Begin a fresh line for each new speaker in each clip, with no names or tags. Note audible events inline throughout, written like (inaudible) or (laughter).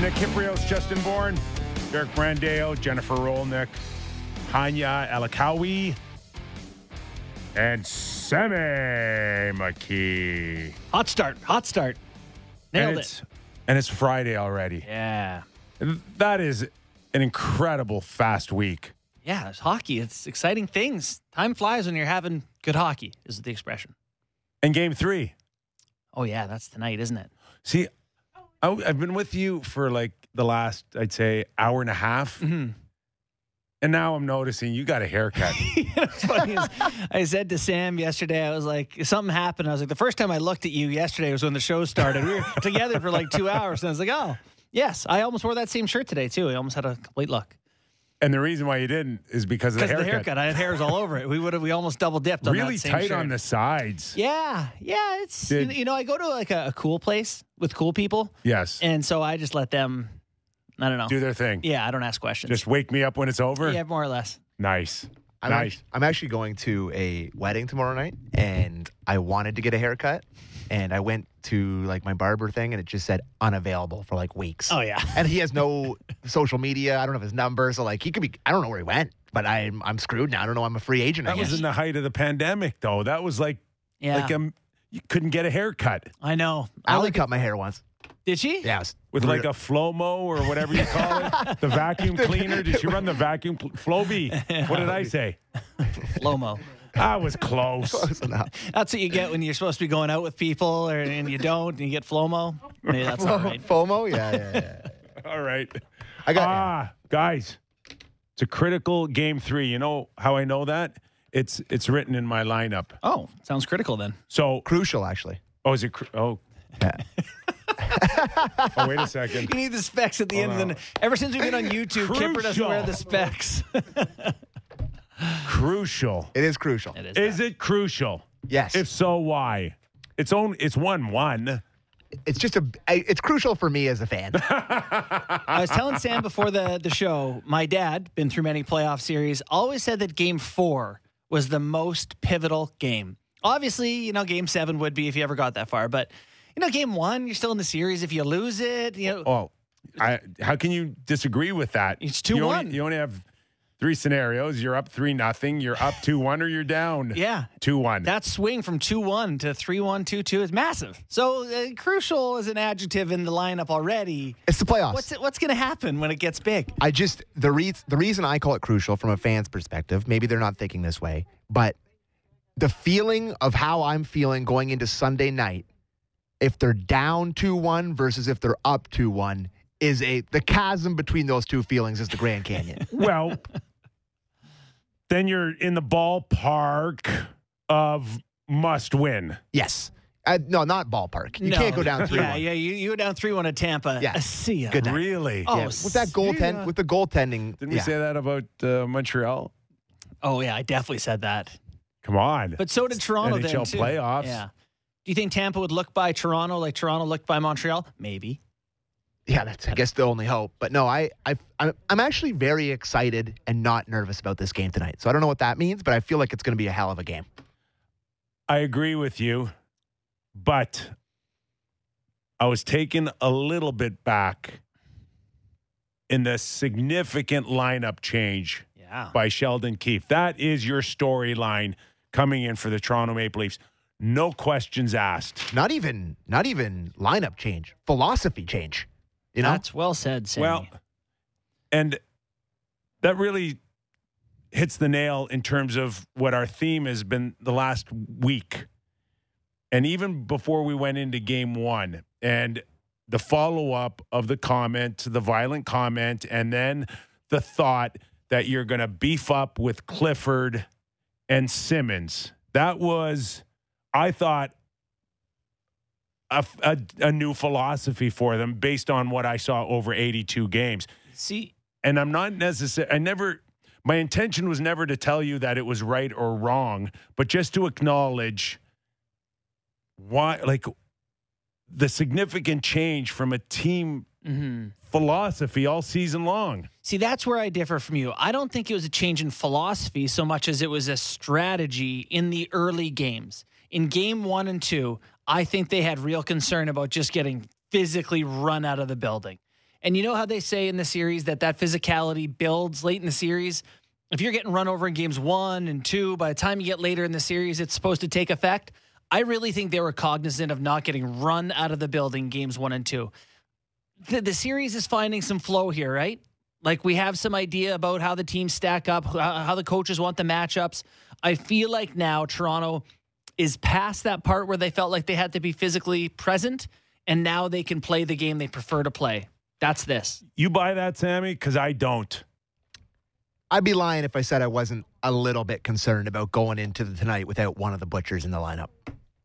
Nick Kiprios, Justin Bourne, Derek Brandale, Jennifer Rolnick, Hanya Alakawi, and Sammy McKee.
Hot start. Hot start.
and
Nailed
It's,
it.
and it's Friday already.
Yeah.
That is an incredible fast week.
Yeah, it's hockey. It's exciting things. Time flies when you're having good hockey, is the expression.
And game three.
Oh, yeah, that's tonight, isn't it? (laughs)
See, I, have been with you for like the last, I'd say, hour and a half.
Mm-hmm.
And now I'm noticing you got a
(laughs)
haircut.
It's funny is, I said to Sam yesterday, I was like, something happened. I was like, the first time I looked at you yesterday was when the show
(laughs)
started. We were together for like two hours. And I was like, oh, yes, I almost wore that same shirt today, too. I almost had a complete look.
and the reason why you didn't is because of the
Because
haircut.
the haircut, I had hairs all over it. We would have, we almost double dipped on
really
that same
tight
shirt.
on the sides.
Yeah, yeah, it's
Did-
you know I go to like a, a cool place with cool people,
Yes.
and so I just let them. I don't know.
Do their thing.
yeah, I don't ask questions.
Just wake me up when it's over.
yeah, more or less.
Nice.
I'm
nice.
act- I'm actually going to a wedding tomorrow night, and I wanted to get a haircut, and I went to like my barber thing, and it just said unavailable for like weeks.
Oh yeah,
And he has no (laughs) social media. I don't have his number, so like he could be. I don't know where he went, but I'm I'm screwed now. I don't know. I'm a free agent. I
that was
guess.
in the height of the pandemic, though. That was like,
yeah.
like um, you couldn't get a haircut
I know. I
Allie
like,
cut my hair once.
did she?
Yeah, it was
with like
brutal.
a Flomo or whatever you call
(laughs)
it. (laughs) The vacuum cleaner. Did she run the vacuum? Pl- Floby. What did I say?
Lomo.
I was
(laughs)
close.
Close enough.
That's what you get when you're supposed to be going out with people, or, and you don't, and you get (laughs) flomo. Maybe that's all right.
(laughs) FOMO. Yeah, yeah,
(laughs)
yeah.
All right.
I got.
Ah, guys, it's a critical game three. You know how I know that? It's it's written in my lineup.
Oh, sounds critical then.
So,
Crucial, actually.
oh, is it? cr- Oh,
Yeah.
(laughs) oh, wait a second.
You need the specs at the end of the. Ever since we've been (laughs) on YouTube, Kipper doesn't wear
Crucial.
the specs.
Crucial.
It is crucial.
it is.
Is it crucial?
Yes.
If so, why? It's own. It's one one.
It's just a. I- It's crucial for me as a fan.
I was telling Sam before the, the show, my dad, been through many playoff series, always said that game four was the most pivotal game. Obviously, you know, game seven would be if you ever got that far, but you know, game one, you're still in the series. If you lose it, you know,
Oh, I, how can you disagree with that?
It's 2-1.
You only, you only have three scenarios. You're up three nothing. You're up two one, or you're down
yeah.
two one.
That swing from 2 1 to 3 1 2 2 is massive. So, uh, crucial is an adjective in the lineup already.
It's the playoffs.
What's, it, what's going to happen when it gets big?
I just the re- the reason I call it crucial from a fan's perspective, maybe they're not thinking this way, but the feeling of how I'm feeling going into Sunday night, if they're down two one versus if they're up two one, is a the chasm between those two feelings is the
(laughs)
Grand Canyon.
well, then you're in the ballpark of must win.
yes, uh, no, not ballpark. You
No.
can't go down
(laughs)
three
Yeah,
one.
yeah. You, you were down 3 1 at Tampa.
Yeah.
See ya.
Good night.
Really?
Oh,
with that
see
goaltend
ya.
with the goaltending.
Didn't we
yeah.
say that about uh, Montreal?
Oh, yeah. I definitely said that.
Come on.
But so did Toronto then
NHL
too.
playoffs.
Yeah. Do you think Tampa would look by Toronto like Toronto looked by Montreal? Maybe.
Yeah, that's I guess the only hope. But no, I, I I'm- I'm actually very excited and not nervous about this game tonight. So I don't know what that means, but I feel like it's going to be a hell of a game.
I agree with you, but I was taken a little bit back in the significant lineup change
Yeah.
by Sheldon Keefe. That is your storyline coming in for the Toronto Maple Leafs. No questions asked.
Not even not even lineup change, philosophy change. You know,
That's well said, Sammy.
Well, and that really hits the nail in terms of what our theme has been the last week. And even before we went into game one and the follow up of the comment, the violent comment, and then the thought that you're going to beef up with Clifford and Simmons. That was, I thought, a, a, a new philosophy for them based on what I saw over 82 games
see,
and I'm not necessary. I never. My intention was never to tell you that it was right or wrong, but just to acknowledge why, like the significant change from a team
mhm.
philosophy all season long.
see, that's where I differ from you. I don't think it was a change in philosophy so much as it was a strategy in the early games. In game one and two, I think they had real concern about just getting physically run out of the building. And you know how they say in the series that that physicality builds late in the series? If you're getting run over in games one and two, by the time you get later in the series, it's supposed to take effect. I really think they were cognizant of not getting run out of the building games one and two. The, the series is finding some flow here, right? Like we have some idea about how the teams stack up, wh- how the coaches want the matchups. I feel like now Toronto is past that part where they felt like they had to be physically present, and now they can play the game they prefer to play. That's this.
You buy that, Sammy? Because I don't.
I'd be lying if I said I wasn't a little bit concerned about going into the tonight without one of the butchers in the lineup.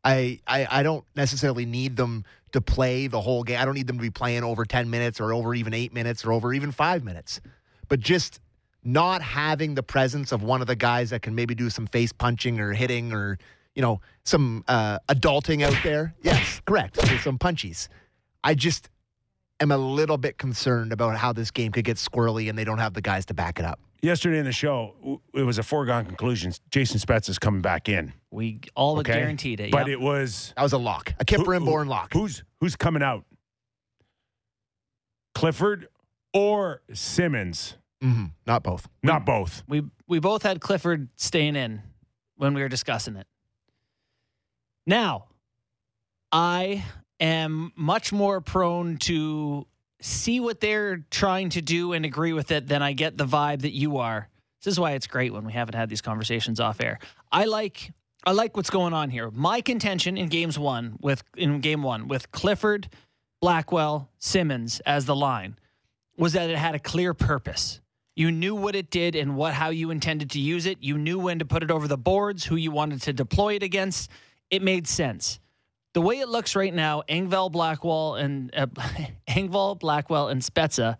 I, I, I don't necessarily need them to play the whole game. I don't need them to be playing over 10 minutes or over even eight minutes or over even five minutes. But just not having the presence of one of the guys that can maybe do some face punching or hitting or, you know, some uh, adulting out there. Yes, correct. There's some punchies. I just am a little bit concerned about how this game could get squirrely and they don't have the guys to back it up.
Yesterday in the show, w- it was a foregone conclusion. Jason Spetz is coming back in.
We all but
Okay.
guaranteed it.
But
yep.
it was
That was a lock, a Kip
Who-
Rimborn lock.
who's who's coming out? Clifford or Simmons?
hmm Not both.
Not both.
we we both had Clifford staying in when we were discussing it. Now, I am much more prone to see what they're trying to do and agree with it than I get the vibe that you are. This is why it's great when we haven't had these conversations off air. I like I like what's going on here. My contention in games 1 with in game 1 with Clifford, Blackwell, Simmons as the line was that it had a clear purpose. You knew what it did and what how you intended to use it. You knew when to put it over the boards, who you wanted to deploy it against. It made sense. The way it looks right now, Engvall Blackwell and uh, (laughs) Engvall Blackwell and Spezza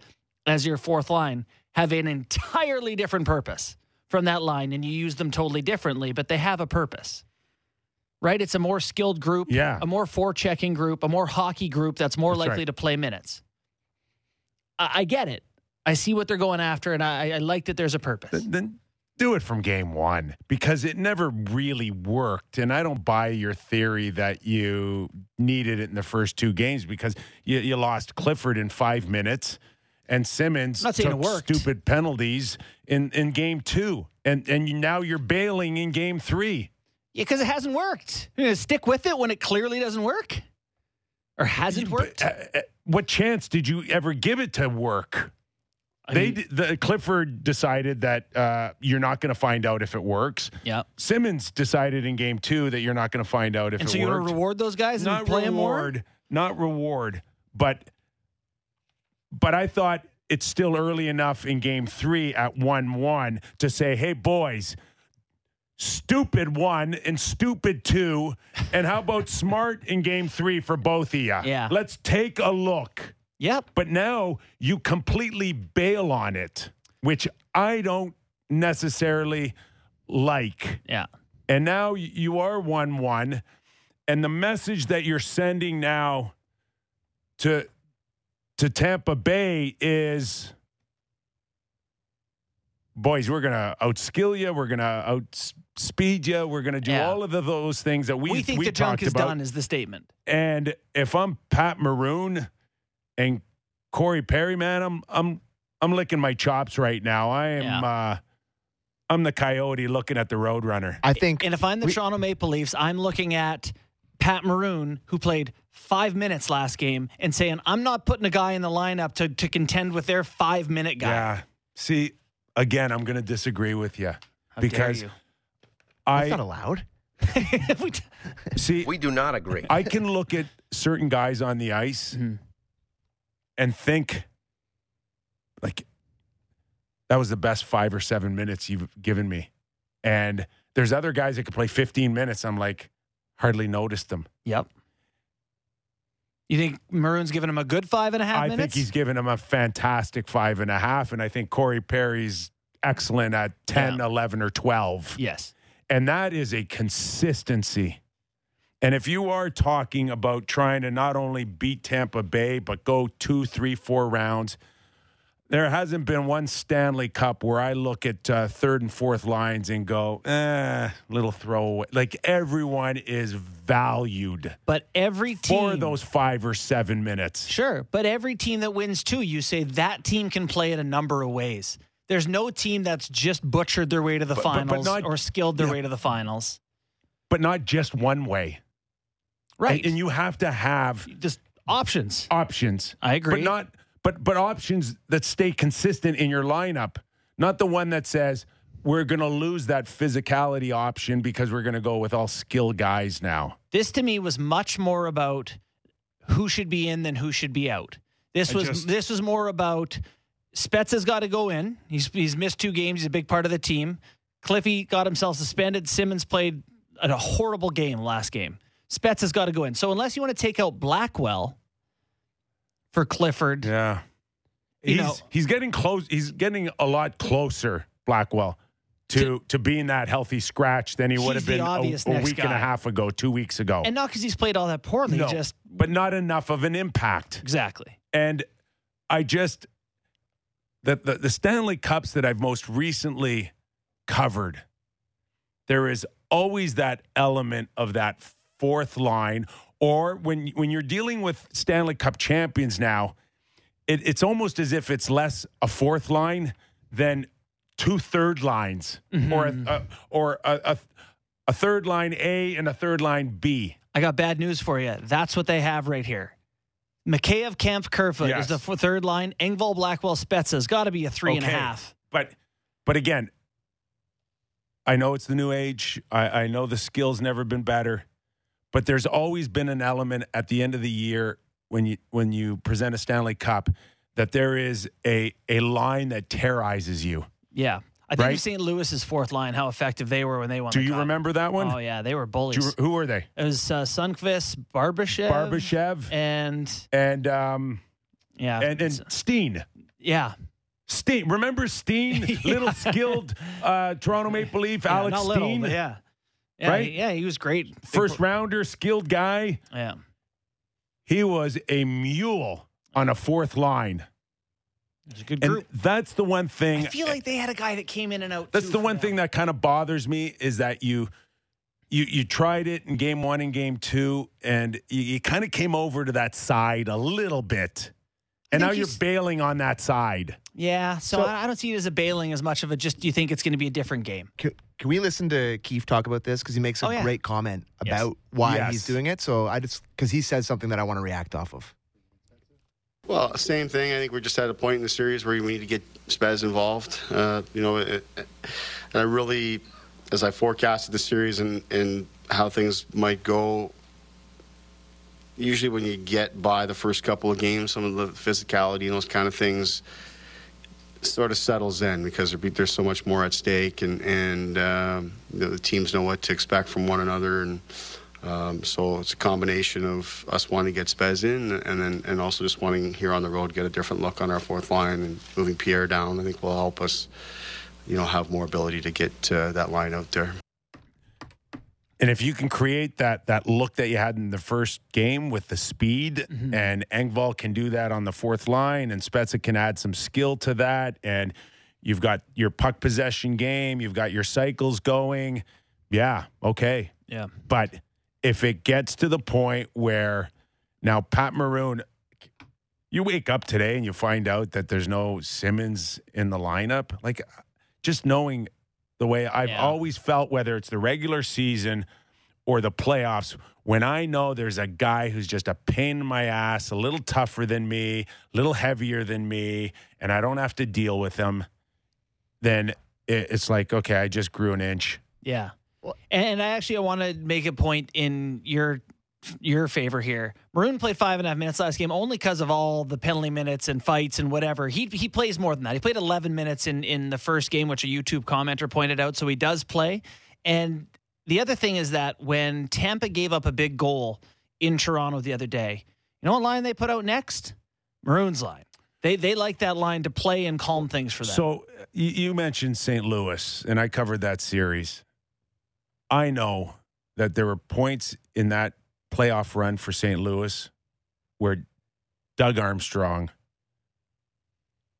as your fourth line have an entirely different purpose from that line, and you use them totally differently, but they have a purpose. Right? It's a more skilled group,
Yeah.
a more forechecking group, a more hockey group that's more
That's
likely
right.
to play minutes. I, I get it. I see what they're going after, and I, I like that there's a purpose.
Then, then do it from game one because it never really worked. And I don't buy your theory that you needed it in the first two games because you, you lost Clifford in five minutes and Simmons
I'm not saying it
took
worked.
stupid penalties in, in game two. And, and you, now you're bailing in game three.
Yeah, because it hasn't worked. You're gonna stick with it when it clearly doesn't work, or hasn't worked.
But, uh, uh, what chance did you ever give it to work?
I
they
mean-
d the Clifford decided that uh, you're not going to find out if it works.
yeah.
Simmons decided in game two that you're not going to find out if
And
it
so you want
worked.
to reward those guys and
not
play them more.
reward, not reward, but but I thought it's still early enough in game three at one one to say, hey boys, stupid one and stupid two, and how about smart in game three for both of you?
Yeah.
let's take a look.
Yep.
But now you completely bail on it, which I don't necessarily like.
Yeah.
And now y- you are 1 1. And the message that you're sending now to, to Tampa Bay is boys, we're going to outskill you. We're going to outspeed you. We're going to do
Yeah.
all of the, those things that we,
We, think the junk
talked
is
about.
done is the statement.
And if I'm Pat Maroon and Corey Perry, man, I'm I'm I'm licking my chops right now. I am
Yeah.
uh I'm the coyote looking at the roadrunner.
I think
And if I'm the
We-
Toronto Maple Leafs, I'm looking at Pat Maroon, who played five minutes last game, and saying, I'm not putting a guy in the lineup to, to contend with their five minute guy.
Yeah. See, again, I'm gonna disagree with you.
How
because
dare
that's not
I
allowed.
(laughs) you. We t-
(laughs) see
We do not agree.
I can look at certain guys on the ice
Mhm.
and think like that was the best five or seven minutes you've given me. And there's other guys that could play 15 minutes. I'm like, hardly noticed them.
yep. You think Maroon's giving him a good five and a half
I think
minutes?
he's given him a fantastic five and a half. And I think Corey Perry's excellent at 10, 11, or 12.
yes.
And that is a consistency. And if you are talking about trying to not only beat Tampa Bay, but go two, three, four rounds, There hasn't been one Stanley Cup where I look at uh, third and fourth lines and go, eh, little throwaway. Like everyone is valued
But every team
for those five or seven minutes.
Sure, but every team that wins too, you say that team can play it a number of ways. There's no team that's just butchered their way to the
But- but- but
finals
not-
or skilled their way to the finals.
but not just one way.
Right.
And, and you have to have
just options.
options.
I agree.
But not but but options that stay consistent in your lineup, not the one that says we're going to lose that physicality option because we're going to go with all skill guys now.
this to me was much more about who should be in than who should be out. This
I
was
just-
this was more about Spetz has got to go in. He's he's missed two games. He's a big part of the team. Cliffy got himself suspended. Simmons played a a horrible game last game. Spetz has got to go in. So unless you want to take out Blackwell for Clifford,
Yeah.
You
He's
know-
he's getting close he's getting a lot closer Blackwell to to, being that healthy scratch than he would
He's
have
the
been a,
obvious
a
next
week and
guy.
a half ago, 2 weeks ago.
and not because he's played all that poorly,
No,
just
but not enough of an impact.
exactly.
And I just the, the the Stanley Cups that I've most recently covered, there is always that element of that fourth line, or when when you're dealing with Stanley Cup champions now, it, it's almost as if it's less a fourth line than two third lines, or a, a, or a, a a third line A and a third line B.
I got bad news for you. That's what they have right here. Mikheyev, Camp, Kerfoot
Yes.
is the f- third line. Engvall, Blackwell, Spezza has got to be a three and a half.
Okay. But but again, I know it's the new age. I, I know the skill's never been better, but there's always been an element at the end of the year when you when you present a Stanley Cup that there is a a line that terrorizes you.
Yeah. I think
Right?
of St. Louis's fourth line, how effective they were when they won.
Do
the
you
cup.
remember that one?
Oh yeah, they were
Do
bullies.
you, who were they?
it was uh, Sunquist, Barbashev,
Barbashev
and
and um
yeah,
and, and Steen.
yeah,
Steen, remember
(laughs)
Steen, little skilled uh, Toronto Maple Leaf,
yeah,
Alex
not
Steen,
little, but yeah, yeah,
Right?
he- yeah, he was great. Big
first
pl-
rounder, skilled guy.
yeah,
He was a mule on a fourth line.
it was a good
And
group.
that's the one
I
thing
feel like they had a guy that came in and out.
that's
too
the
for
one
them.
thing that kind of bothers me is that you you you tried it in game 1 and game 2 and you, you kind of came over to that side a little bit. And
think
now
you
you're
s-
bailing on that side.
Yeah, so,
So-
I, I don't see it as a bailing as much of a just. You think it's going to be a different game?
Can, can we listen to Keefe talk about this? Because he makes a
Oh, yeah.
great comment
Yes.
about why
Yes.
he's doing it. So I just, because he says something that I want to react off of.
Well, same thing. I think we're just at a point in the series where we need to get Spez involved. Uh, you know, it, it- and I really, as I forecasted the series and, and how things might go, usually when you get by the first couple of games, some of the physicality and those kind of things sort of settles in because there be- there's so much more at stake, and and um, you know, the teams know what to expect from one another, and um, so it's a combination of us wanting to get Spez in, and then and also just wanting here on the road get a different look on our fourth line, and moving Pierre down, I think will help us, you know, have more ability to get uh, that line out there.
And if you can create that that look that you had in the first game with the speed, and Engvall can do that on the fourth line, and Spezza can add some skill to that, and you've got your puck possession game, you've got your cycles going. Yeah, okay.
Yeah.
But if it gets to the point where now Pat Maroon, you wake up today and you find out that there's no Simmons in the lineup, like just knowing the way I've
Yeah.
always felt, whether it's the regular season or the playoffs, when I know there's a guy who's just a pain in my ass, a little tougher than me, a little heavier than me, and I don't have to deal with him, then it- it's like, okay, I just grew an inch.
Yeah.
Well-
And I actually I want to make a point in your your favor here. Maroon played five and a half minutes last game only because of all the penalty minutes and fights and whatever. He he plays more than that. He played 11 minutes in in the first game, which a YouTube commenter pointed out. So he does play. And the other thing is that when Tampa gave up a big goal in Toronto the other day, you know what line they put out next? Maroon's line. They they like that line to play and calm things for them.
So uh, you, you mentioned St. Louis, and I covered that series. I know that there were points in that playoff run for St. Louis where Doug Armstrong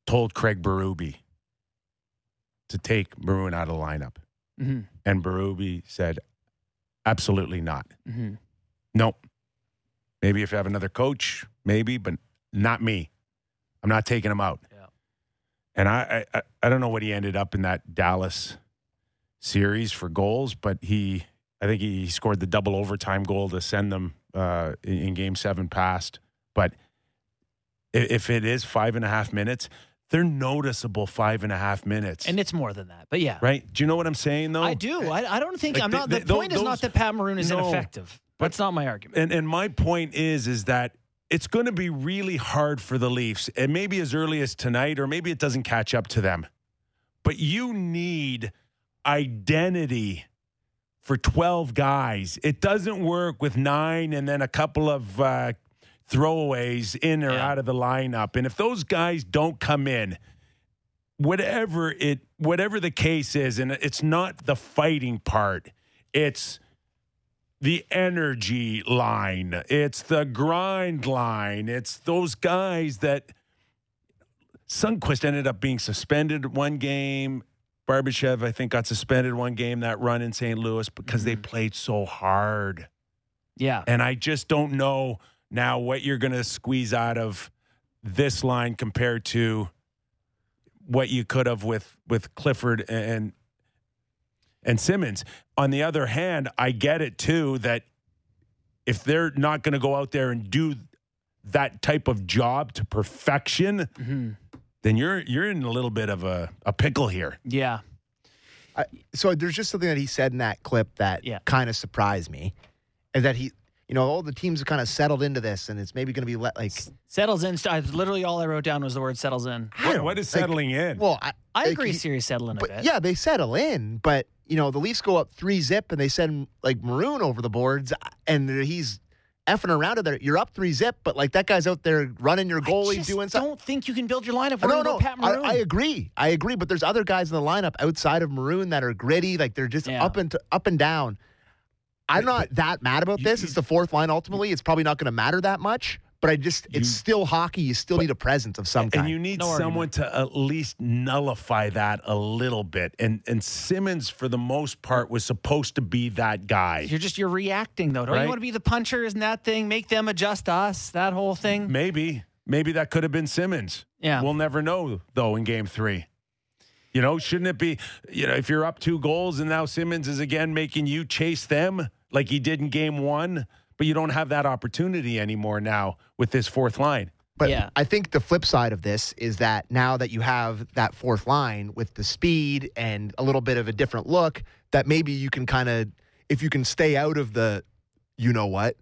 told Craig Berube to take Maroon out of the lineup.
hmm
And Berube said, absolutely not.
hmm
Nope. Maybe if you have another coach, maybe, but not me. I'm not taking him out.
Yeah.
And I, I- I, I don't know what he ended up in that Dallas series for goals, but he, I think he scored the double overtime goal to send them uh, in, in game seven past. But i- if it is five and a half minutes, they're noticeable five and a half minutes.
And it's more than that, but yeah,
right? Do you know what I'm saying, though?
I do. I, I don't think
Like,
I'm
the-
not.
the-
The,
tho-
point is
those-
not that Pat Maroon is
No.
ineffective.
But-
That's not my argument.
And and my point is is that it's going to be really hard for the Leafs, and maybe as early as tonight, or maybe it doesn't catch up to them. But you need identity for twelve guys. It doesn't work with nine and then a couple of uh, throwaways in or
Yeah.
out of the lineup. And if those guys don't come in, whatever it whatever the case is, and it's not the fighting part. It's the energy line, it's the grind line, it's those guys that Sunquist ended up being suspended one game. Barbashev, I think, got suspended one game that run in St. Louis because they played so hard.
yeah,
And I just don't know now what you're going to squeeze out of this line compared to what you could have with with Clifford and and Simmons. On the other hand, I get it too that if they're not going to go out there and do that type of job to perfection, then you're you're in a little bit of a, a pickle here.
yeah.
I, so there's just something that he said in that clip that
Yeah.
kind of surprised me, and that he, you know, all the teams have kind of settled into this, and it's maybe going to be let like
Settles in. I, literally, all I wrote down was the word "settles in."
I don't-
what is
like,
settling in?
Well, I,
I
like,
agree,
he-
series settling a
but
bit.
yeah, they settle in, but you know, the Leafs go up three zip, and they send like Maroon over the boards, and he's effing around in there. You're up three zip, but like that guy's out there running your
I
goalie,
just
doing something.
don't think you can build your lineup
No,
around
no,
Pat
I,
Maroon.
I agree. I agree. But there's other guys in the lineup outside of Maroon that are gritty. Like they're just
Yeah.
up and up and down. I'm not that mad about
you-
this.
you-
It's the fourth line. Ultimately, it's probably not going to matter that much. But I just, it's
You-
still hockey. You still need a presence of some
And
kind.
you need
No
someone to at least nullify that a little bit. And and Simmons, for the most part, was supposed to be that guy.
You're just you're reacting though. Don't
Right.
you want to be the puncher? Isn't that thing make them adjust us? That whole thing.
Maybe. Maybe that could have been Simmons.
Yeah.
We'll never know, though, in game three. You know, shouldn't it be, you know, if you're up two goals and now Simmons is again making you chase them like he did in game one, but you don't have that opportunity anymore now with this fourth line.
but
Yeah.
I think the flip side of this is that now that you have that fourth line with the speed and a little bit of a different look, that maybe you can kind of, if you can stay out of the, you know what,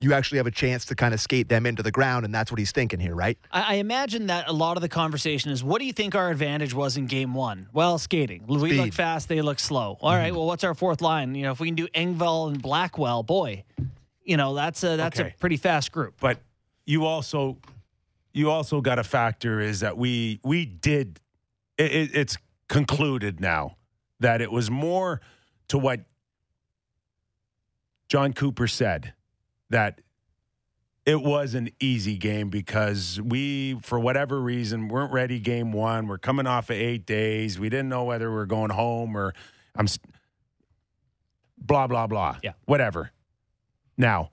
you actually have a chance to kind of skate them into the ground. And that's what he's thinking here, right?
I, I imagine that a lot of the conversation is, what do you think our advantage was in game one? Well, skating. We
Speed.
look fast, they look slow. All right. Well, what's our fourth line? You know, if we can do Engvall and Blackwell, boy, you know that's a that's
Okay.
a pretty fast group.
But you also, you also got a factor is that we we did. It, it, it's concluded now that it was more to what John Cooper said that it was an easy game because we, for whatever reason, weren't ready game one. We're coming off of eight days. We didn't know whether we were going home or I'm s- blah, blah, blah.
Yeah.
Whatever. Now,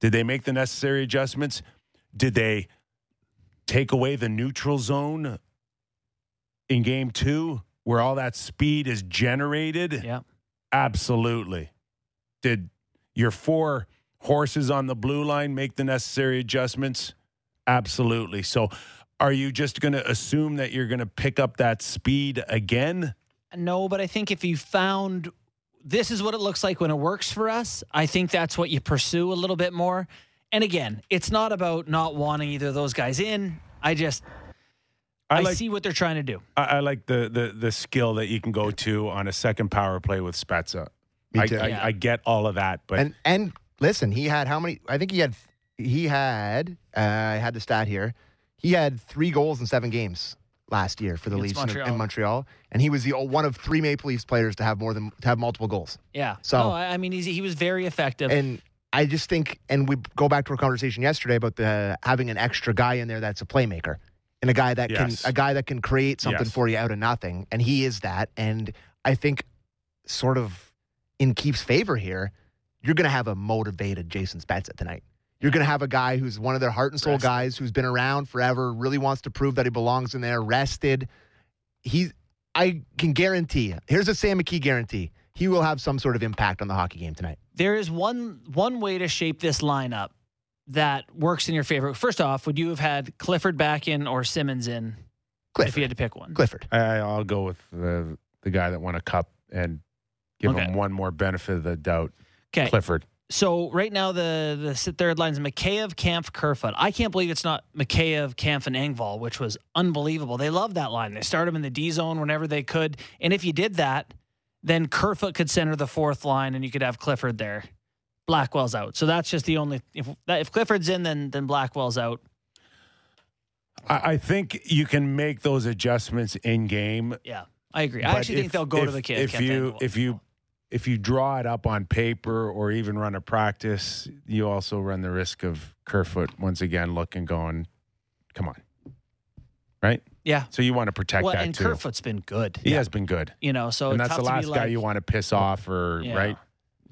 did they make the necessary adjustments? Did they take away the neutral zone in game two where all that speed is generated?
Yeah.
Absolutely. Did your four horses on the blue line make the necessary adjustments? Absolutely. So, are you just going to assume that you're going to pick up that speed again?
No, but I think if you found this is what it looks like when it works for us, I think that's what you pursue a little bit more. And again, it's not about not wanting either of those guys in. I just I,
like
see what they're trying to do.
I, I like the, the the skill that you can go to on a second power play with Spezza.
Me
I,
too.
I,
Yeah.
I get all of that, but
and and listen, he had how many? I think he had he had uh, I had the stat here. He had three goals in seven games last year for the
Against
Leafs in-
Montreal.
in Montreal, and he was the o- one of three Maple Leafs players to have more than to have multiple goals.
Yeah.
So-
no, I, I mean, he's, he was very effective.
And I just think, and we go back to our conversation yesterday about the having an extra guy in there that's a playmaker. and a guy that
Yes.
can a guy that can create something
Yes.
for you out of nothing, and he is that. And I think, sort of, in Keefe's favor here, you're going to have a motivated Jason Spezza tonight. You're going to have a guy who's one of their heart and soul
Rested.
guys who's been around forever, really wants to prove that he belongs in there, rested. He's I can guarantee you. Here's a Sam McKee guarantee. He will have some sort of impact on the hockey game tonight.
there is one one way to shape this lineup that works in your favor. First off, would you have had Clifford back in or Simmons in if you
Clifford.
had to pick one?
Clifford.
I, I'll go with the the guy that won a cup and give
Okay.
him one more benefit of the doubt.
Okay.
Clifford.
So right now the the sit- third line is Mikheyev, Kampf, Kerfoot. I can't believe it's not Mikheyev, Kampf, and Engvall, which was unbelievable. They love that line. They started him in the D zone whenever they could, and if you did that, then Kerfoot could center the fourth line, and you could have Clifford there. Blackwell's out, so that's just the only if that, if Clifford's in, then then Blackwell's out.
I, I think you can make those adjustments in game.
Yeah, I agree. I
but
actually
if-
think they'll go to
if-
the kid.
If
Kemp
you
Engvall.
if you if you draw it up on paper or even run a practice, you also run the risk of Kerfoot once again looking going, come on. Right?
yeah,
So you want to protect
well,
that
and
too.
Kerfoot's been good.
He has been good.
you know, so
and
it's
that's the
tough to
last
be
guy
like-
you want to piss off or
Yeah.
right?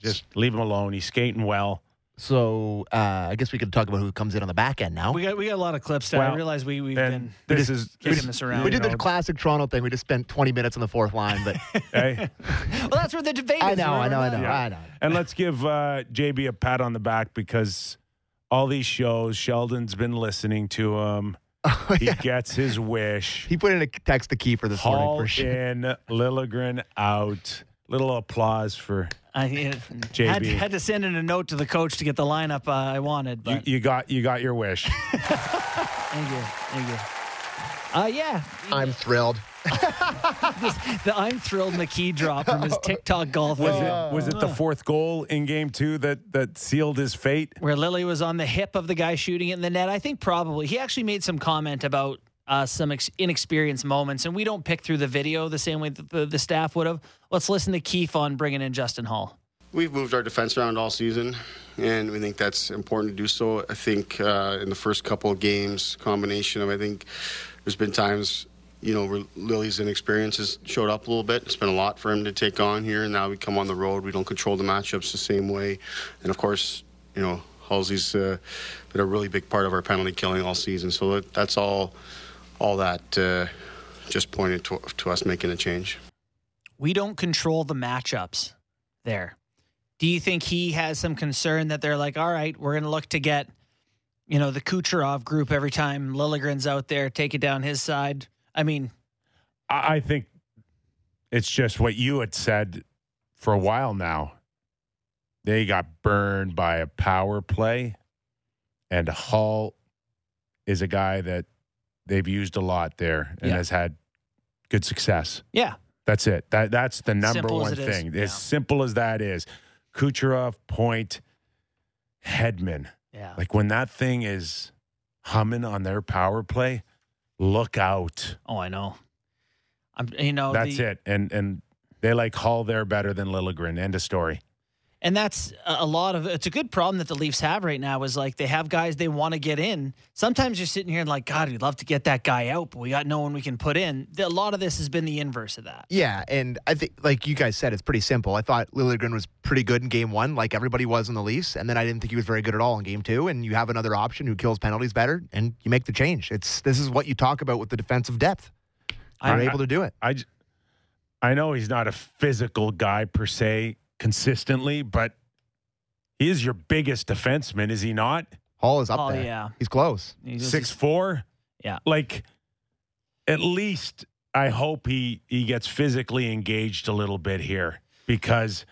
Just leave him alone. He's skating well.
So uh, I guess we could talk about who comes in on the back end now.
We
We,
got we got a lot of clips. That I
Well,
realize we we've
And
been
this is
kicking this around.
you
did
know,
the classic Toronto thing. We just spent 20 minutes on the fourth line, but
hey,
(laughs) well, that's where the debate
I
is.
know, I know, I know,
Yeah.
I know.
and let's give uh, JB a pat on the back because all these shows, Sheldon's been listening to him.
(laughs) Oh,
He gets his wish.
He put in a text to Kiefer this morning
Hall
for sure.
in, Lilligren out. Little applause for
I uh,
JB.
had, had to send in a note to the coach to get the lineup uh, I wanted.
you,
But
you. Got you got your
(laughs)
wish.
thank you, thank you. Uh, yeah,
I'm thrilled.
the I'm thrilled McKee drop
(laughs)
from his TikTok golf
Was
video,
it was it the fourth goal in game two that that sealed his fate?
where Lily was on the hip of the guy shooting it in the net. I think probably he actually made some comment about uh, some ex- inexperienced moments, and we don't pick through the video the same way that the, the staff would have. Let's listen to Keith on bringing in Justin Hall.
We've moved our defense around all season, and we think that's important to do so. I think uh, in the first couple of games, combination of I think there's been times, you know, where Lily's inexperience has showed up a little bit. It's been a lot for him to take on here, and now we come on the road. We don't control the matchups the same way, and of course, you know, Halsey's uh, been a really big part of our penalty killing all season. So that- that's all, all that uh, just pointed to, to us making a change.
we don't control the matchups there. Do you think he has some concern that they're like, all right, we're going to look to get, you know, the Kucherov group every time Lilligren's out there, take it down his side? I mean,
I, I think it's just what you had said for a while now. They got burned by a power play, and Hall is a guy that they've used a lot there and
Yeah.
has had good success.
yeah,
That's it. That that's the number
Simple as
one
it is.
thing.
Yeah.
As simple as that is, Kucherov, Point, Headman.
yeah.
Like when that thing is humming on their power play, look out.
oh, I know. I'm, you know,
That's
the,
it. And and they like Hall there better than Lilligren. End of story.
And that's a a lot of it's a good problem that the Leafs have right now is like they have guys they want to get in. Sometimes you're sitting here and like, God, we'd love to get that guy out, but we got no one we can put in. A lot of this has been the inverse of that.
Yeah, and I think, like you guys said, it's pretty simple. I thought Lilligren was pretty good in game one, like everybody was in the Leafs, and then I didn't think he was very good at all in game two. And you have another option who kills penalties better, and you make the change. It's this is what you talk about with the defensive depth.
I-
You're able to do it.
I j- I know he's not a physical guy per se consistently, but he is your biggest defenseman, is he not?
Hall is up
Oh,
there.
yeah.
He's close.
You just-
Six four.
Yeah.
Like at least I hope he he gets physically engaged a little bit here because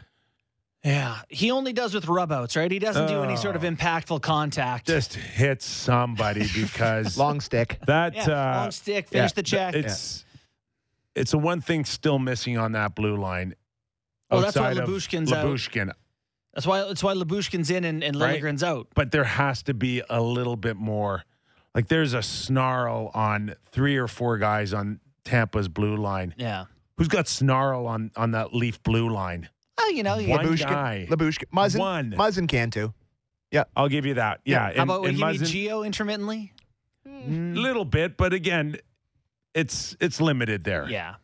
Yeah, he only does with rubouts, right? He doesn't do any sort of
Oh.
impactful contact.
just hit somebody because
Long stick.
that
(laughs) yeah,
uh,
long stick, finish
yeah,
the check.
it's it's the one thing still missing on that blue line.
Well, Oh, that's why
outside of
Lyubushkin's out.
Lyubushkin.
that's why that's why Labushkin's in and, and
Right.
Lilligren's out.
But there has to be a little bit more. Like there's a snarl on three or four guys on Tampa's blue line.
Yeah.
Who's got snarl on on that Leaf blue line?
Oh, you know, you
One
get,
Labushkin.
guy.
Labushkin. Muzzin.
One.
Muzzin can too.
I'll give you that. Yeah.
how about
and,
when
and
you
Muzzin- Mm.
Geo intermittently?
little bit, but again, it's it's limited there.
Yeah.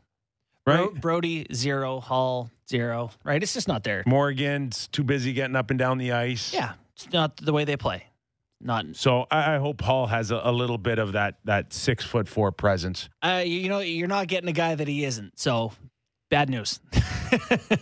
Right.
Bro- Brody zero, Hall zero. Right. It's just not there.
Morgan's too busy getting up and down the ice.
Yeah. It's not the way they play. Not.
So I, I hope Hall has a, a little bit of that that six foot four presence.
Uh, you you know, you're not getting a guy that he isn't. So, bad news. (laughs)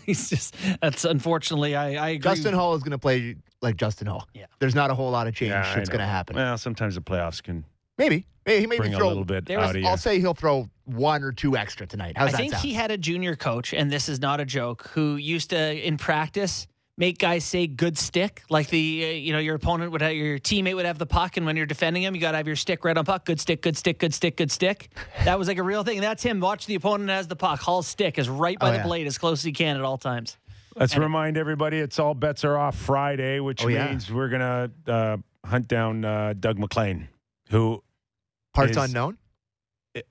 He's just. That's unfortunately. I. I agree.
Justin Hall is going to play like Justin Hall.
Yeah.
There's not a whole lot of change
Yeah, I
that's going to
know.
happen.
Well, sometimes the playoffs can
Maybe. Maybe he maybe
bring a
throw
little bit
There
out
was
of uh, you.
I'll say he'll throw one or two extra tonight. How's
I
that
think
sound?
he had a junior coach, and this is not a joke, who used to in practice make guys say "good stick," like the uh, you know your opponent would have your teammate would have the puck, and when you're defending him, you got to have your stick right on puck. Good stick, good stick, good stick, good stick. That was like a real thing. That's him. Watch the opponent has the puck. Hall's stick is right by
Oh,
the
yeah.
blade as close as he can at all times.
Let's remind everybody it's all bets are off Friday, which
Oh, yeah.
means we're gonna uh, hunt down uh, Doug McLean, who
Parts
is-
unknown.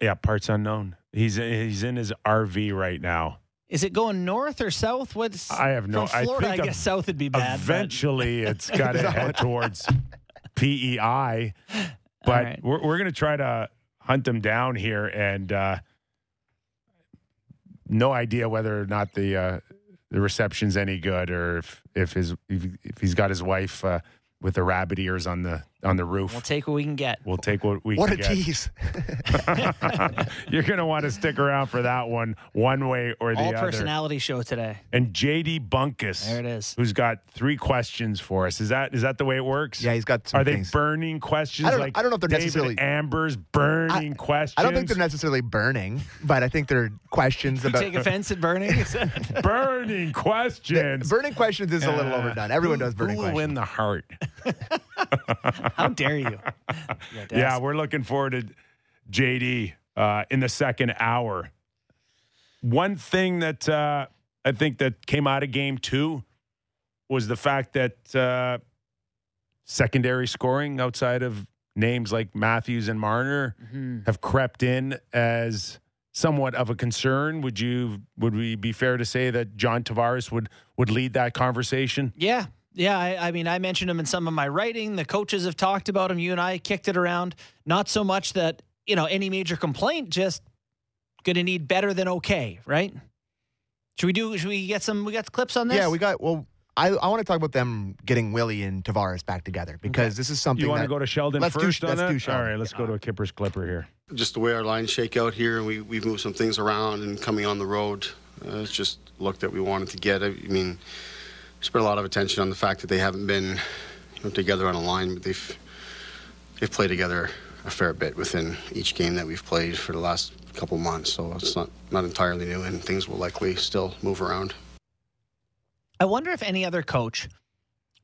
yeah, parts unknown. He's he's in his RV right now.
Is it going north or south? What's
I have no-
From
I
Florida, I,
think
guess
ev-
south would be bad. but-
Eventually,
(laughs)
it's got to head towards PEI, but
right.
we're we're gonna try to hunt them down here, and uh, no idea whether or not the uh, the reception's any good, or if if his if, if he's got his wife uh, with the rabbit ears on the on the roof.
we'll take what we can get.
We'll take what we
What a
can get.
tease.
(laughs)
(laughs)
You're going to want to stick around for that one, one way or the
All
other.
personality show today.
(laughs) and JD Bunkus,
There it is.
who's got three questions for us. Is that is that the way it works?
yeah, he's got some
Are they
things.
burning questions?
I don't-
like
I don't know if they're
David
necessarily-
Amber's burning questions.
I don't think they're necessarily burning, but I think they're questions
You
about
take offense at
(laughs)
burning?
(laughs)
burning questions.
burning questions is a little
Uh,
overdone. Everyone does burning
Who will
questions.
win the heart?
(laughs) How dare you? Yeah,
Yeah, we're looking forward to JD uh, in the second hour. One thing that uh, I think that came out of game two was the fact that uh, secondary scoring outside of names like Matthews and Marner
Mm-hmm.
have crept in as somewhat of a concern. Would you? Would we be fair to say that John Tavares would would lead that conversation?
Yeah. Yeah. I, I mean, I mentioned him in some of my writing. The coaches have talked about him. You and I kicked it around. Not so much that, you know, any major complaint, just going to need better than okay, right? Should we do, should we get some, we got clips on this?
Yeah, we got. Well, I, I want to talk about them getting Willie and Tavares back together because this is something
You want
that
to go to Sheldon
Let's do-
first on
let's
that?
do Sheldon.
All right, let's go to a Kipper's Clipper here.
just the way our lines shake out here, and we, we've moved some things around and coming on the road. Uh, it's just look that we wanted to get. I mean, there's been a lot of attention on the fact that they haven't been you know, together on a line, but they've they've played together a fair bit within each game that we've played for the last couple months. So it's not not entirely new, and things will likely still move around.
I wonder if any other coach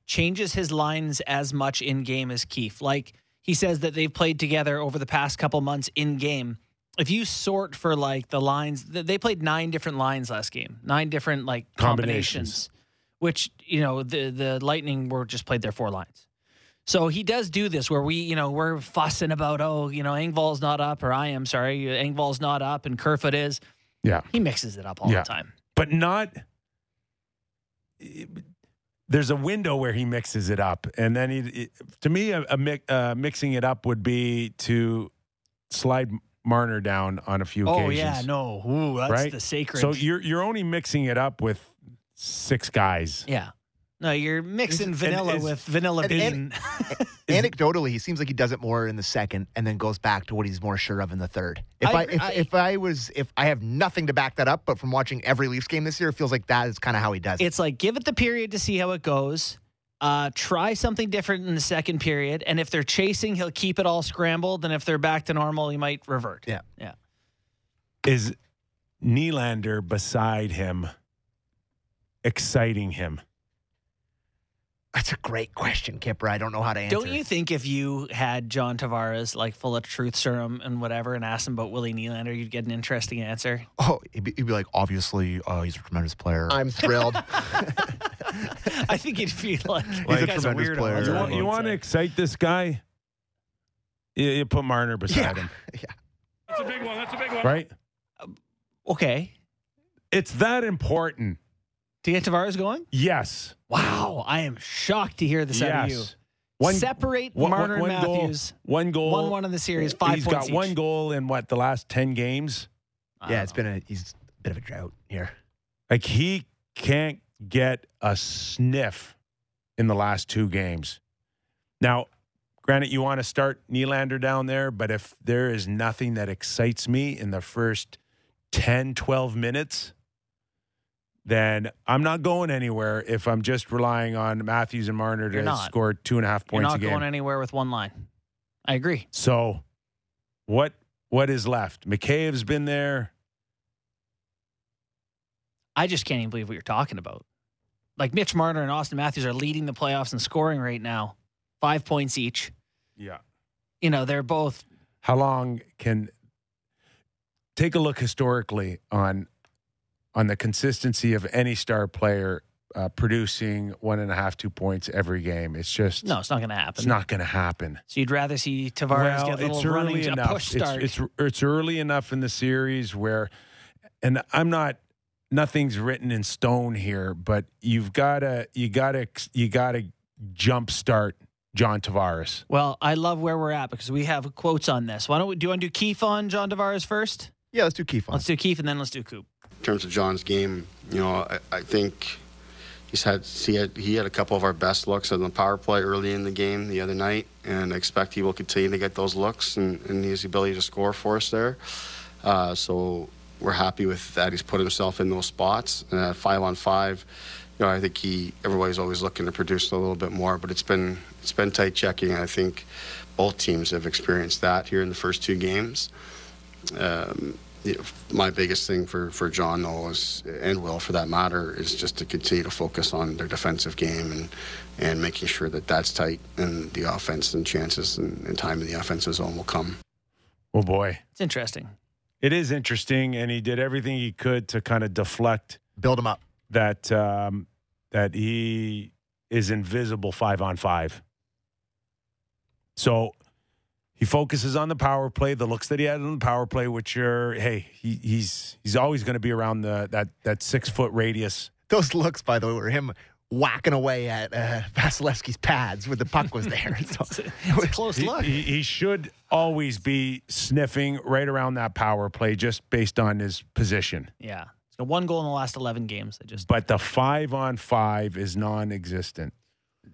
changes his lines as much in game as Keefe. Like he says that they've played together over the past couple months in game. If you sort for like the lines, th- they played nine different lines last game, nine different like
Combinations.
combinations, which you know the the Lightning were just played their four lines. So he does do this where we, you know, we're fussing about oh, you know, Engvall's not up or I am sorry, Engvall's not up and Kerfoot is.
Yeah.
He mixes it up all
Yeah.
the time.
but not. There's a window where he mixes it up, and then he, to me, a, a mi- uh, mixing it up would be to slide Marner down on a few
Oh
occasions.
yeah, no, ooh, that's
Right?
the sacred.
So you're you're only mixing it up with six guys.
Yeah. No, you're mixing
Is-
vanilla
and is-
with vanilla
and-
bean.
and- anecdotally, he seems like he does it more in the second and then goes back to what he's more sure of in the third. If
I
I,
agree.
if,
I-
if I was if I have nothing to back that up, but from watching every Leafs game this year, it feels like that is kind of how he does
(laughs)
it.
it's like give it the period to see how it goes. Uh, try something different in the second period, and if they're chasing, he'll keep it all scrambled. And if they're back to normal, he might revert.
Yeah.
yeah.
Is Nylander beside him, exciting him?
That's a great question, Kipper. I don't know how to answer.
Don't you think if you had John Tavares like full of truth serum and whatever, and asked him about Willie Nylander, you'd get an interesting answer. (laughs)
Oh, he'd be, he'd be like, obviously, uh, he's a tremendous player. I'm thrilled.
I think you'd feel like,
He's
"This
a
guy's
tremendous
weirdo."
player.
That's
You
what
want,
I
you
would
want to
say.
excite this guy? You, you put Marner beside
yeah,
him,
yeah.
That's a big one. That's a big one.
right?
Okay,
It's that important.
to get Tavares going.
Yes.
Wow, I am shocked to hear this out of you. Separate
one-
Marner and
one goal-
Matthews.
one goal.
One one in the series, five
He's
points
got one
each.
goal in what the last ten games.
yeah, it's been a he's a bit of a drought here.
Like he can't get a sniff in the last two games. Now, granted, you want to start Nylander down there, but if there is nothing that excites me in the first 10, 12 minutes, then I'm not going anywhere if I'm just relying on Matthews and Marner
You're
to
not.
score two and a half
You're
points
not
a game.
going anywhere with one line. I agree.
So, what what is left? McCabe's been there.
I just can't even believe what you're talking about. Like Mitch Marner and Austin Matthews are leading the playoffs in scoring right now, five points each.
Yeah.
You know, they're both
How long can take a look historically on on the consistency of any star player uh, producing one and a half, two points every game? It's just
no, it's not going to happen.
It's not going to happen.
So you'd rather see Tavares
well,
get a little
it's
running
early
a
enough.
push
It's-
start.
It's, it's early enough in the series where, and I'm not. Nothing's written in stone here, but you've gotta you gotta you gotta jumpstart John Tavares.
well, I love where we're at because we have quotes on this. Why don't we do you want to do Keith on John Tavares first?
Yeah, let's do Keith on.
Let's do Keith and then let's do Coop.
in terms of John's game, you know, I, I think he's had he had he had a couple of our best looks on the power play early in the game the other night, and I expect he will continue to get those looks and, and his ability to score for us there. Uh, so we're happy with that. He's put himself in those spots. And at five on five, you know, I think he everybody's always looking to produce a little bit more, but it's been it's been tight checking. and I think both teams have experienced that here in the first two games um, you know, my biggest thing for, for John though is, and Will for that matter, is just to continue to focus on their defensive game and and making sure that that's tight and the offense and chances and, and time in the offensive zone will come.
Oh boy,
It's
(laughs)
interesting.
it is interesting, and he did everything he could to kind of deflect
Build him up.
that um, that he is invisible five on five. So he focuses on the power play, the looks that he had on the power play, which are hey, he, he's he's always going to be around the that that six foot radius.
Those looks, by the way, were him whacking away at uh, Vasilevsky's pads when the puck was there. (laughs)
It's
So,
a, it's a close
He,
look.
he, he should always be sniffing right around that power play, just based on his position.
yeah. It's got one goal in the last 11 games. I just
But the five on five is non-existent.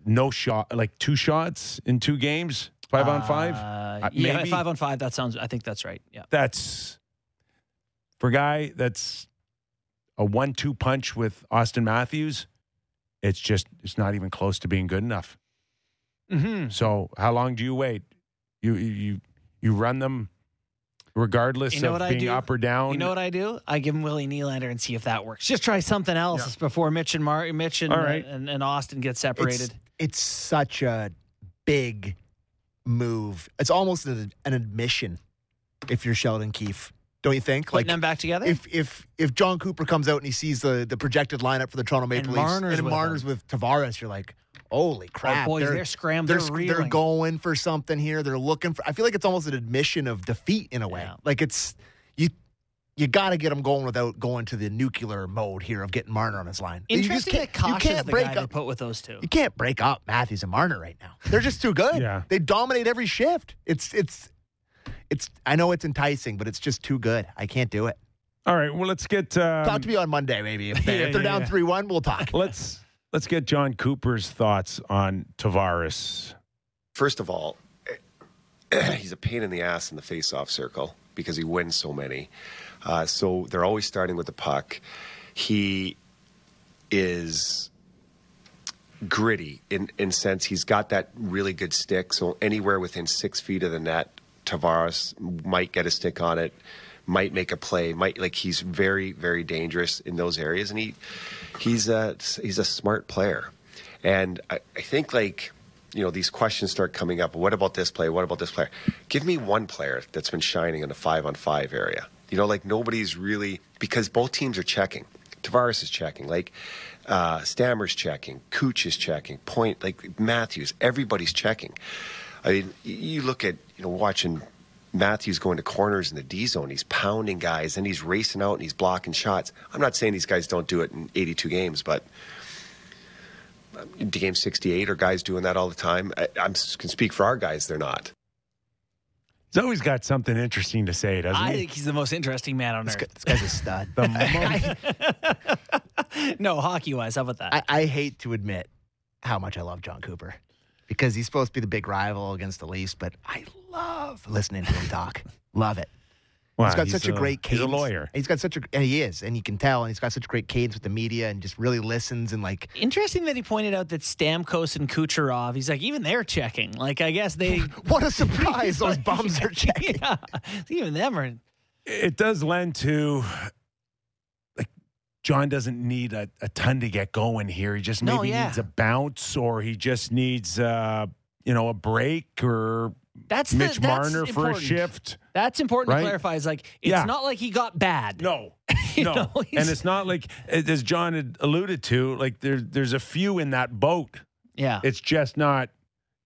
No shot, like two shots in two games. Five on five.
Uh,
Uh,
yeah,
maybe.
five on five. That sounds. I think that's right. Yeah.
that's for a guy that's a one-two punch with Austin Matthews. It's just it's not even close to being good enough.
Mm-hmm.
So how long do you wait? You you you- you run them regardless
You know what
of
I
being
do?
up or down.
You know what I do? I give him Willie Nylander and see if that works. Just try something else before Mitch and Mar- Mitch and, uh,
All right.
and and Austin get separated.
it's, it's such a big move. It's almost an, an admission if you're Sheldon Keefe, don't you think?
Putting them back together. Oh,
if if if John Cooper comes out and he sees the the projected lineup for the Toronto Maple
And
Leafs
Marner's
and
with Oh,
Marner's with Tavares, you're like, holy crap!
boys, they're scrambled,
They're,
they're
sc-
reeling.
going for something here. They're looking for. I feel like it's almost an admission of defeat in a way.
Yeah.
Like it's you. You got to get them going without going to the nuclear mode here of getting Marner on his line. You just
Interesting that
can't-
Kosh
you
is
can't
the
break
guy
up.
they put with those two.
You can't break up Matthews and Marner right now. They're just too
(laughs)
good.
Yeah.
They dominate every shift. It's it's it's I know it's enticing, but it's just too good. I can't do it.
All right, well let's get um,
Talk to me on
(laughs)
Monday, maybe. If, they,
Yeah,
if they're
yeah,
down
yeah.
three one, we'll talk.
let's let's get John Cooper's thoughts on Tavares.
First of all, (clears throat) he's a pain in the ass in the face-off circle because he wins so many. Uh, so they're always starting with the puck. He is gritty in in sense he's got that really good stick. So anywhere within six feet of the net, Tavares might get a stick on it, might make a play, might like he's very very dangerous in those areas, and he he's a he's a smart player, and I, I think like. You know, these questions start coming up. What about this player? What about this player? Give me one player that's been shining in the five on five area. You know, like nobody's really, because both teams are checking. Tavares is checking. Like uh, Stammer's checking. Cooch is checking. Point like Matthews. Everybody's checking. I mean, y- you look at you know watching Matthews going to corners in the D zone. He's pounding guys and he's racing out and he's blocking shots. I'm not saying these guys don't do it in 82 games, but to game 68 are guys doing that all the time I, I'm can speak for our guys they're not
He's always got something interesting to say, doesn't
I
he?
think he's the most interesting man on
This, guy,
earth.
this guy's a stud. (laughs)
the most,
(laughs) no, hockey wise, how about that?
I, I hate to admit how much I love John Cooper because he's supposed to be the big rival against the Leafs, but I love listening to him talk. love it.
Wow,
he's got such a, great
He's
cadence.
a lawyer.
He's got such a and he is, and you can tell, and he's got such a great cadence with the media, and just really listens and like
Interesting that he pointed out that Stamkos and Kucherov. He's like, even they're checking. Like, I guess
(laughs)
they.
what a surprise
(laughs)
(laughs) those bums are checking.
yeah, even them are.
It does lend to like John doesn't need a, a ton to get going here. He just maybe
No, yeah.
needs a bounce, or he just needs uh, you know a break, or
That's
Mitch
the, that's
Marner for a
important.
shift.
That's important
Right?
to clarify. Is like, it's
Yeah.
not like he got bad.
(laughs)
No.
(laughs) You
No,
know, he's-
and it's not like as John had alluded to. Like there, there's a few in that boat.
Yeah.
It's just not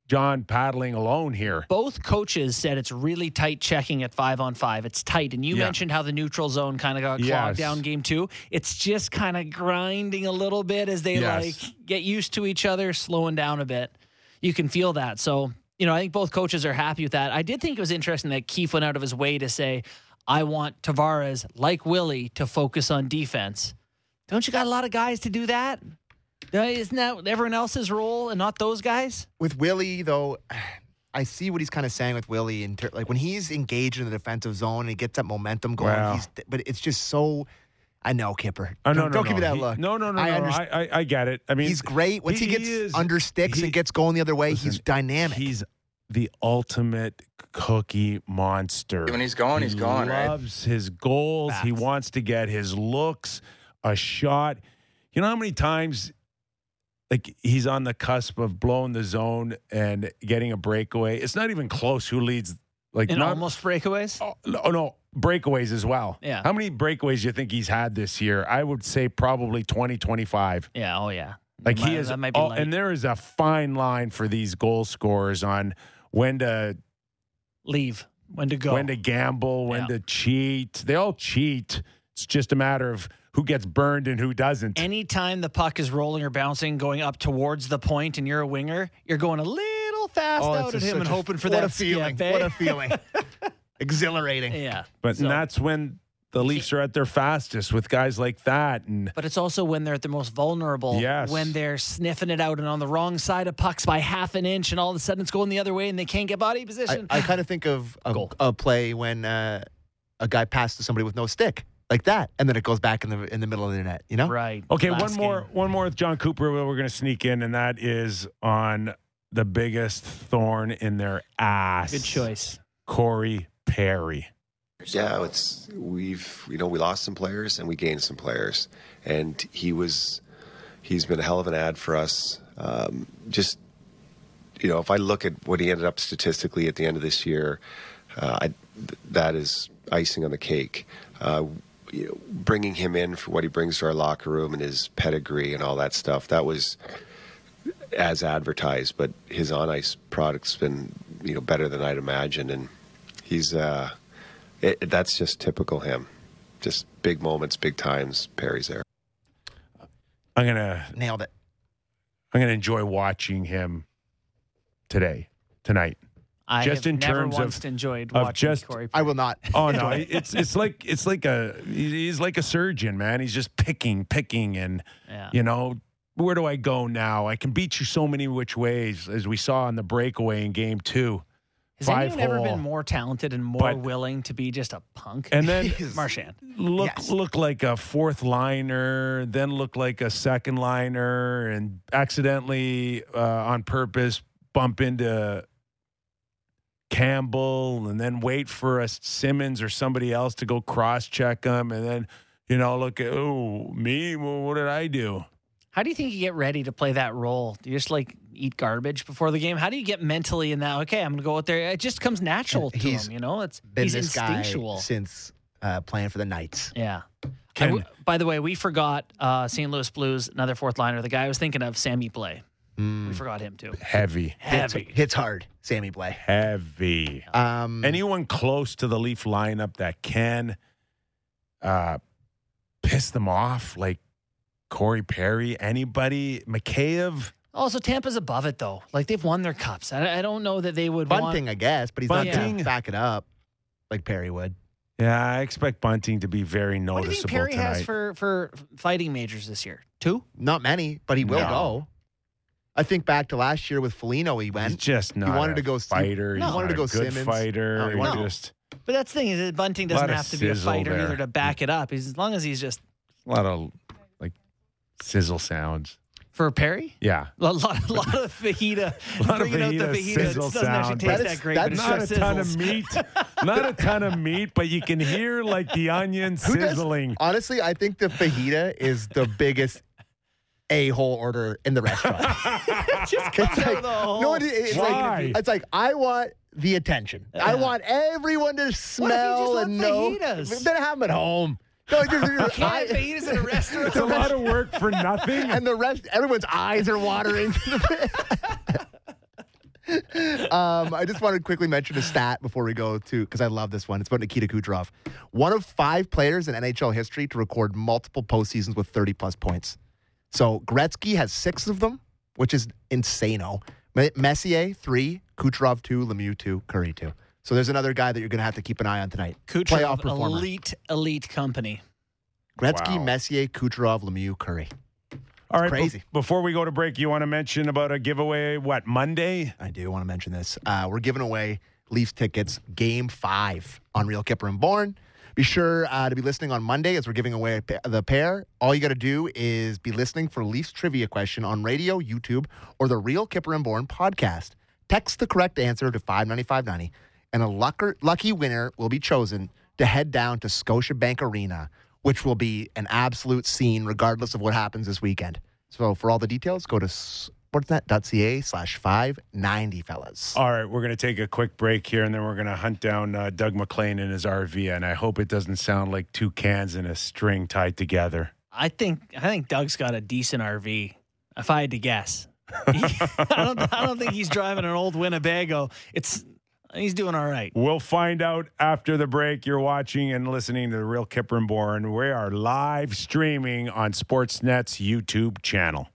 John paddling alone here.
both coaches said it's really tight checking at five on five. It's tight. And you
Yeah.
mentioned how the neutral zone kind of got
Yes.
clogged down game two. It's just kind of grinding a little bit as they
Yes.
like get used to each other, slowing down a bit. You can feel that. So, you know, I think both coaches are happy with that. I did think it was interesting that Keith went out of his way to say, I want Tavares, like Willie, to focus on defense. Don't you got a lot of guys to do that? Isn't that everyone else's role and not those guys?
with Willie though, (sighs) I see what he's kind of saying with Willie, and ter- like when he's engaged in the defensive zone and he gets that momentum going,
Wow.
he's, but it's just so. I know Kipper.
Oh, no,
don't
no,
don't
no.
give me that
He-
look.
No, no, no,
I
no.
understand.
I, I, I get it. I mean,
he's great. Once he,
he-
gets
he is-
under sticks
he-
and gets going the other way, he's
Listen,
dynamic.
He's the ultimate cookie monster.
When he's gone, he's gone, right?
Loves his goals. He
Facts.
wants to get his looks, a shot. You know how many times, like he's on the cusp of blowing the zone and getting a breakaway. It's not even close. Who leads? Like
In
not
almost breakaways?
Oh no, no, breakaways as well.
Yeah.
How many breakaways do you think he's had this year? I would say probably 20, 25.
Yeah. Oh, yeah.
Like
Might-
he is,
That might be
all-
light.
and there is a fine line for these goal scorers on when to
Leave. When to go?
when to gamble, when
Yeah.
to cheat. They all cheat. It's just a matter of who gets burned and who doesn't.
Anytime the puck is rolling or bouncing, going up towards the point, and you're a winger, you're going a little fast
Oh,
out at
oh, it's
him
such
and
a-
hoping for
what
that
a feeling!
skip, eh?
What a (laughs) feeling! Exhilarating.
yeah.
but
so-
that's when the Leafs are at their fastest with guys like that. And
But it's also when they're at their most vulnerable.
Yes.
When they're sniffing it out and on the wrong side of pucks by half an inch, and all of a sudden it's going the other way, and they can't get body
I,
position.
I kind of think of a, a play when uh, a guy passed to somebody with no stick like that, and then it goes back in the in the middle of the net. You
(laughs)
know,
right.
Okay,
Last
one more,
game.
one more with John Cooper. We're going to sneak in, and that is on the biggest thorn in their ass.
Good choice.
Corey Perry.
Yeah, it's we've you know we lost some players and we gained some players, and he was he's been a hell of an ad for us. Um, just you know, if I look at what he ended up statistically at the end of this year, uh, I, th- that is icing on the cake. Uh, you know, bringing him in for what he brings to our locker room and his pedigree and all that stuff that was as advertised, but his on ice product's been you know better than I'd imagined, and he's. Uh, it, that's just typical him. Just big moments, big times. Perry's there.
I'm gonna,
nailed it.
I'm gonna enjoy watching him today, tonight.
I
Just
have
in
never
terms of-
once enjoyed
of
watching
just-
Corey.
I will not.
Oh no, it's it's like it's like a he's like a surgeon, man. He's just picking, picking, and
Yeah.
you know where do I go now? I can beat you so many which ways, as we saw in the breakaway in game two,
Has
five
anyone ever
hole.
been more talented and more
But-
willing to be just a punk?
and
(laughs)
then.
Marchand.
look
Yes.
look like a fourth liner, then look like a second liner, and accidentally uh, on purpose bump into Campbell, and then wait for a Simmons or somebody else to go cross check him, and then you know look at oh me, well, what did I do?
How do you think you get ready to play that role? Do you just like eat garbage before the game? How do you get mentally in that? Okay, I'm gonna go out there. It just comes natural to
He's
him, you know. It's
Been
he's
this guy
instinctual.
since uh, playing for the Knights.
yeah. I
Ken.
w- by the way, we forgot uh, St. Louis Blues another fourth liner. The guy I was thinking of, Sammy Blay.
Hmm.
We forgot him too.
Heavy,
Mm. Hits,
Heavy.
hits hard, Sammy Blay.
heavy. Mm.
Um,
Anyone close to the Leaf lineup that can uh, piss them off, like Corey Perry, anybody, Mikheyev.
Also, Tampa's above it though. Like they've won their cups. I, I don't know that they would want.
Bunting, I guess, but he's not going
Bunting.
to back it up like Perry would.
Yeah, I expect Bunting to be very
What do you
noticeable
think Perry
tonight.
has for for fighting majors this year? Two.
Not many, but he will
No.
go. I think back to last year with Felino, he
He's
went.
just not.
wanted
a
to go Sim-
fighter.
No.
He's
wanted
not
to go
a good
Simmons.
fighter.
No, he
He
wanted-
just
But that's the thing is that Bunting
Lot
doesn't
of
have to be a
sizzle
fighter
there.
either to back it up. He's, as long as he's just
a lot of like sizzle sounds.
for Perry.
Yeah.
A lot, a lot of fajita.
A (laughs) lot of
Bringing
fajita,
out the fajita. It
sizzle
doesn't actually
sound.
taste
That
that
is-
great.
that
but
is
it
Not a
sure
ton of
sizzles.
meat. (laughs) Not a ton of meat, but you can hear like the onion
Who does- (laughs)
sizzling.
Honestly, I think the fajita is the
(laughs)
biggest a hole order in the restaurant.
(laughs) Just comes out
It's like,
of the hole.
no, it- it's
Why?
like it's like I want the attention. I
Yeah.
want everyone to smell
want
and know.
fajitas?
Then have them at home. No, like,
(laughs)
there's- there's-
Can't
I-
fajitas in a
(laughs)
restaurant.
It's a lot of work for
(laughs)
nothing.
and the rest, everyone's eyes are watering. um, I just wanted to quickly mention a stat before we go to because I love this one. It's about Nikita Kucherov, one of five players in NHL history to record multiple postseasons with 30 plus points. So Gretzky has six of them, which is insane. Oh, Messier three, Kucherov two, Lemieux two, Curry two. So there's another guy that you're going to have to keep an eye on tonight. Playoff
Kucherov,
performer.
elite, elite company.
Gretzky,
Wow.
Messier, Kucherov, Lemieux, Curry.
All right.
crazy.
be- before we go to break, you want to mention about a giveaway? What Monday?
I do want to mention this. Uh, we're giving away Leafs tickets, Game Five on Real Kipper and Born. Be sure uh, to be listening on Monday as we're giving away a pa- the pair. All you got to do is be listening for Leafs trivia question on radio, YouTube, or the Real Kipper and Born podcast. Text the correct answer to five ninety five ninety, and a lucker, lucky winner will be chosen to head down to Scotiabank Arena, which will be an absolute scene regardless of what happens this weekend. So for all the details, go to sportsnet.ca slash 590, fellas.
All right, we're going to take a quick break here, and then we're going to hunt down uh, Doug McLean in his RV. And I hope it doesn't sound like two cans and a string tied together.
I think I think Doug's got a decent RV. If I had to guess, (laughs) I don't I don't think he's driving an old Winnebago. It's he's doing all right.
We'll find out after the break. You're watching and listening to the Real Kipper and Born. We are live streaming on Sportsnet's YouTube channel.